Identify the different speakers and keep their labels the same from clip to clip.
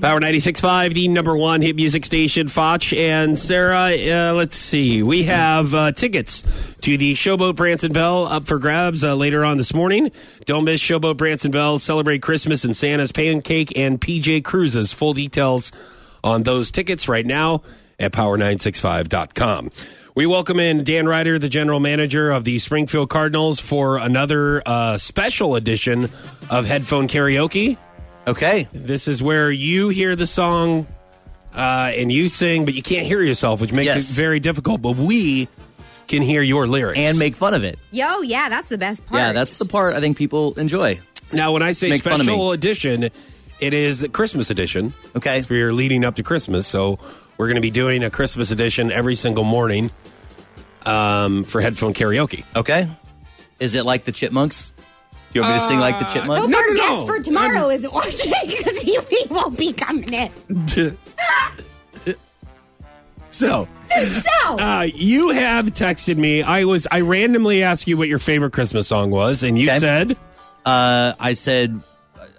Speaker 1: Power 96.5, the number one hit music station, Foch. And Sarah, uh, let's see. We have uh, tickets to the Showboat Branson Bell up for grabs uh, later on this morning. Don't miss Showboat Branson Bell. Celebrate Christmas and Santa's Pancake and PJ Cruises. Full details on those tickets right now at power965.com. We welcome in Dan Ryder, the general manager of the Springfield Cardinals, for another uh, special edition of Headphone Karaoke.
Speaker 2: Okay.
Speaker 1: This is where you hear the song uh, and you sing, but you can't hear yourself, which makes
Speaker 2: Yes.
Speaker 1: it very difficult. But we can hear your lyrics.
Speaker 2: And make fun of it.
Speaker 3: Yo, yeah, that's the best part.
Speaker 2: Yeah, that's the part I think people enjoy.
Speaker 1: now, when I say
Speaker 2: make fun of
Speaker 1: special
Speaker 2: me.
Speaker 1: edition, it is Christmas edition.
Speaker 2: Okay.
Speaker 1: We're leading up to Christmas, so we're going to be doing a Christmas edition every single morning um, for headphone karaoke.
Speaker 2: Okay. Is it like the chipmunks? Do you want me to sing like the
Speaker 3: Hope
Speaker 2: chipmunks?
Speaker 1: no,
Speaker 3: our
Speaker 1: no, no.
Speaker 3: guest for tomorrow isn't watching because he, he won't be coming in.
Speaker 2: So,
Speaker 3: So,
Speaker 1: Uh, you have texted me. I was I randomly asked you what your favorite Christmas song was, and you
Speaker 2: Okay.
Speaker 1: said
Speaker 2: uh, I said,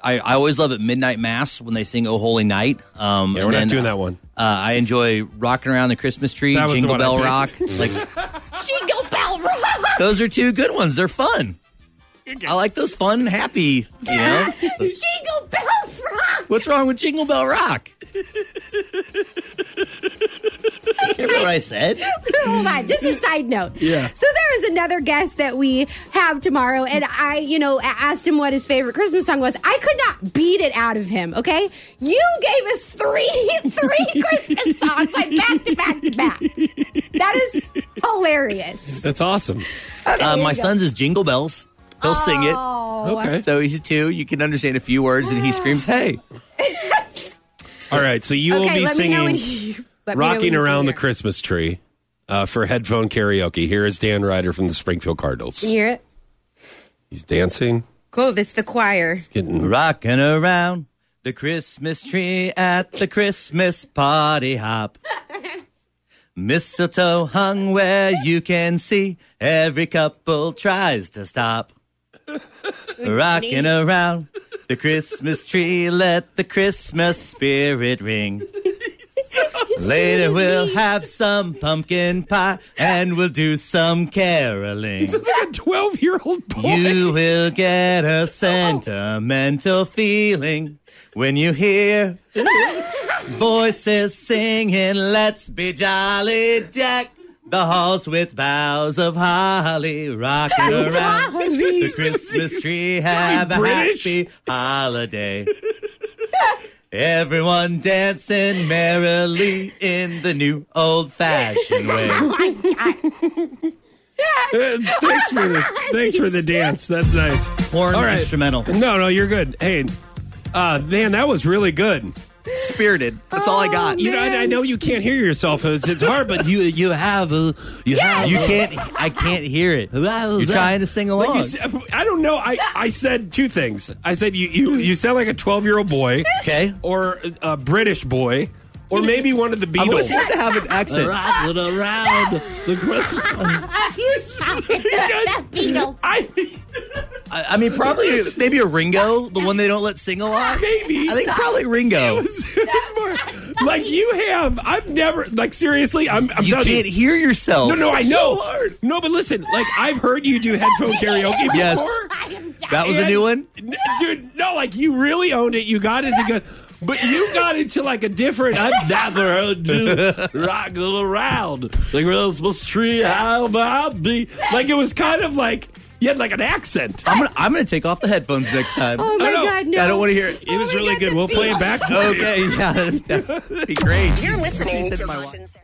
Speaker 2: I, I always love at midnight mass when they sing "O Holy Night." Um,
Speaker 1: yeah,
Speaker 2: and
Speaker 1: we're
Speaker 2: then,
Speaker 1: not doing that one.
Speaker 2: Uh, I enjoy rocking around the Christmas tree,
Speaker 1: That was the
Speaker 2: Jingle
Speaker 1: one I
Speaker 2: Bell Rock.
Speaker 1: picked.
Speaker 2: Like
Speaker 3: Jingle Bell Rock.
Speaker 2: those are two good ones. They're fun. I like those fun and happy. You know,
Speaker 3: Jingle Bell Rock.
Speaker 2: what's wrong with Jingle Bell Rock? Can't remember what I said.
Speaker 3: Hold on, just a side note. Yeah. So there is another guest that we have tomorrow, and I, you know, a- asked him what his favorite Christmas song was. I could not beat it out of him. Okay, you gave us three, three Christmas songs like back to back to back. That is hilarious.
Speaker 1: That's awesome.
Speaker 3: Okay,
Speaker 2: Uh,
Speaker 3: here
Speaker 2: my
Speaker 3: you go.
Speaker 2: son's is Jingle Bells. He'll sing it.
Speaker 3: Oh,
Speaker 1: Okay.
Speaker 2: So he's two. You can understand a few words, and he screams, "Hey!"
Speaker 1: All right, so you will
Speaker 3: okay.
Speaker 1: be
Speaker 3: Let me know when
Speaker 1: singing
Speaker 3: you. let me know when
Speaker 1: Rocking
Speaker 3: you
Speaker 1: Around the
Speaker 3: hear.
Speaker 1: Christmas Tree uh, for headphone karaoke. Here is Dan Ryder from the Springfield Cardinals.
Speaker 3: Can you hear it?
Speaker 1: He's dancing,
Speaker 3: Cool. That's the choir.
Speaker 1: getting
Speaker 2: Rocking around the Christmas tree at the Christmas party hop. Mistletoe hung where you can see. Every couple tries to stop. Rocking around the Christmas tree, let the Christmas spirit ring. Later we'll have some pumpkin pie and we'll do some caroling.
Speaker 1: like a twelve-year-old
Speaker 2: You will get a sentimental feeling when you hear voices singing, Let's be jolly, Jack. The halls with boughs of holly rocking
Speaker 3: Oh
Speaker 2: around the Christmas tree. Have a
Speaker 1: British?
Speaker 2: happy holiday. Everyone dancing merrily in the new old fashioned way.
Speaker 1: Uh, thanks for the thanks for the dance. That's nice.
Speaker 2: Horn
Speaker 1: All right.
Speaker 2: instrumental.
Speaker 1: No, no, you're good. Hey, uh, man, that was really good.
Speaker 2: Spirited. That's all I got.
Speaker 1: You know, I, I know you can't hear yourself. It's, it's hard, but you you have a you have
Speaker 2: You can't. I can't hear it. You're trying to sing
Speaker 1: Like
Speaker 2: along.
Speaker 1: you said- I don't know. I, I said two things. I said you, you, you sound like a 12 year old boy
Speaker 2: okay.
Speaker 1: or a British boy or maybe one of the
Speaker 2: I always
Speaker 1: Beatles.
Speaker 2: wanted to have an accent.
Speaker 1: Rocking around the Christmas.
Speaker 3: Stop it. That Beatles.
Speaker 1: I
Speaker 2: I, I mean, probably maybe a Ringo, the one they don't let sing a lot.
Speaker 1: maybe
Speaker 2: I think probably Ringo.
Speaker 1: it's, it's more like you have. I've never like seriously. I'm. I'm
Speaker 2: You
Speaker 1: telling
Speaker 2: can't hear yourself.
Speaker 1: No, no, I
Speaker 2: It's
Speaker 1: know.
Speaker 2: So hard.
Speaker 1: No, but listen, like I've heard you do headphone karaoke before.
Speaker 2: Yes.
Speaker 3: I am dying.
Speaker 2: That was a
Speaker 1: And-
Speaker 2: new one.
Speaker 1: N- dude. No, like you really owned it. You got into good, but you got into like a different. I've never heard you rock around the Christmas tree. How about be? Like it was kind of like you had like an accent.
Speaker 2: I'm gonna, I'm gonna take off the headphones next time.
Speaker 3: Oh my
Speaker 1: I know.
Speaker 3: god, no.
Speaker 2: I don't want to hear it.
Speaker 1: It was
Speaker 3: my
Speaker 1: really
Speaker 3: God,
Speaker 1: good.
Speaker 3: the
Speaker 1: We'll play
Speaker 3: Beatles.
Speaker 1: it back. for you.
Speaker 2: Okay, yeah, that'd be great.
Speaker 4: You're
Speaker 2: She
Speaker 4: listening
Speaker 2: said
Speaker 4: to
Speaker 2: my
Speaker 4: Fox
Speaker 2: wa-
Speaker 4: and Sarah.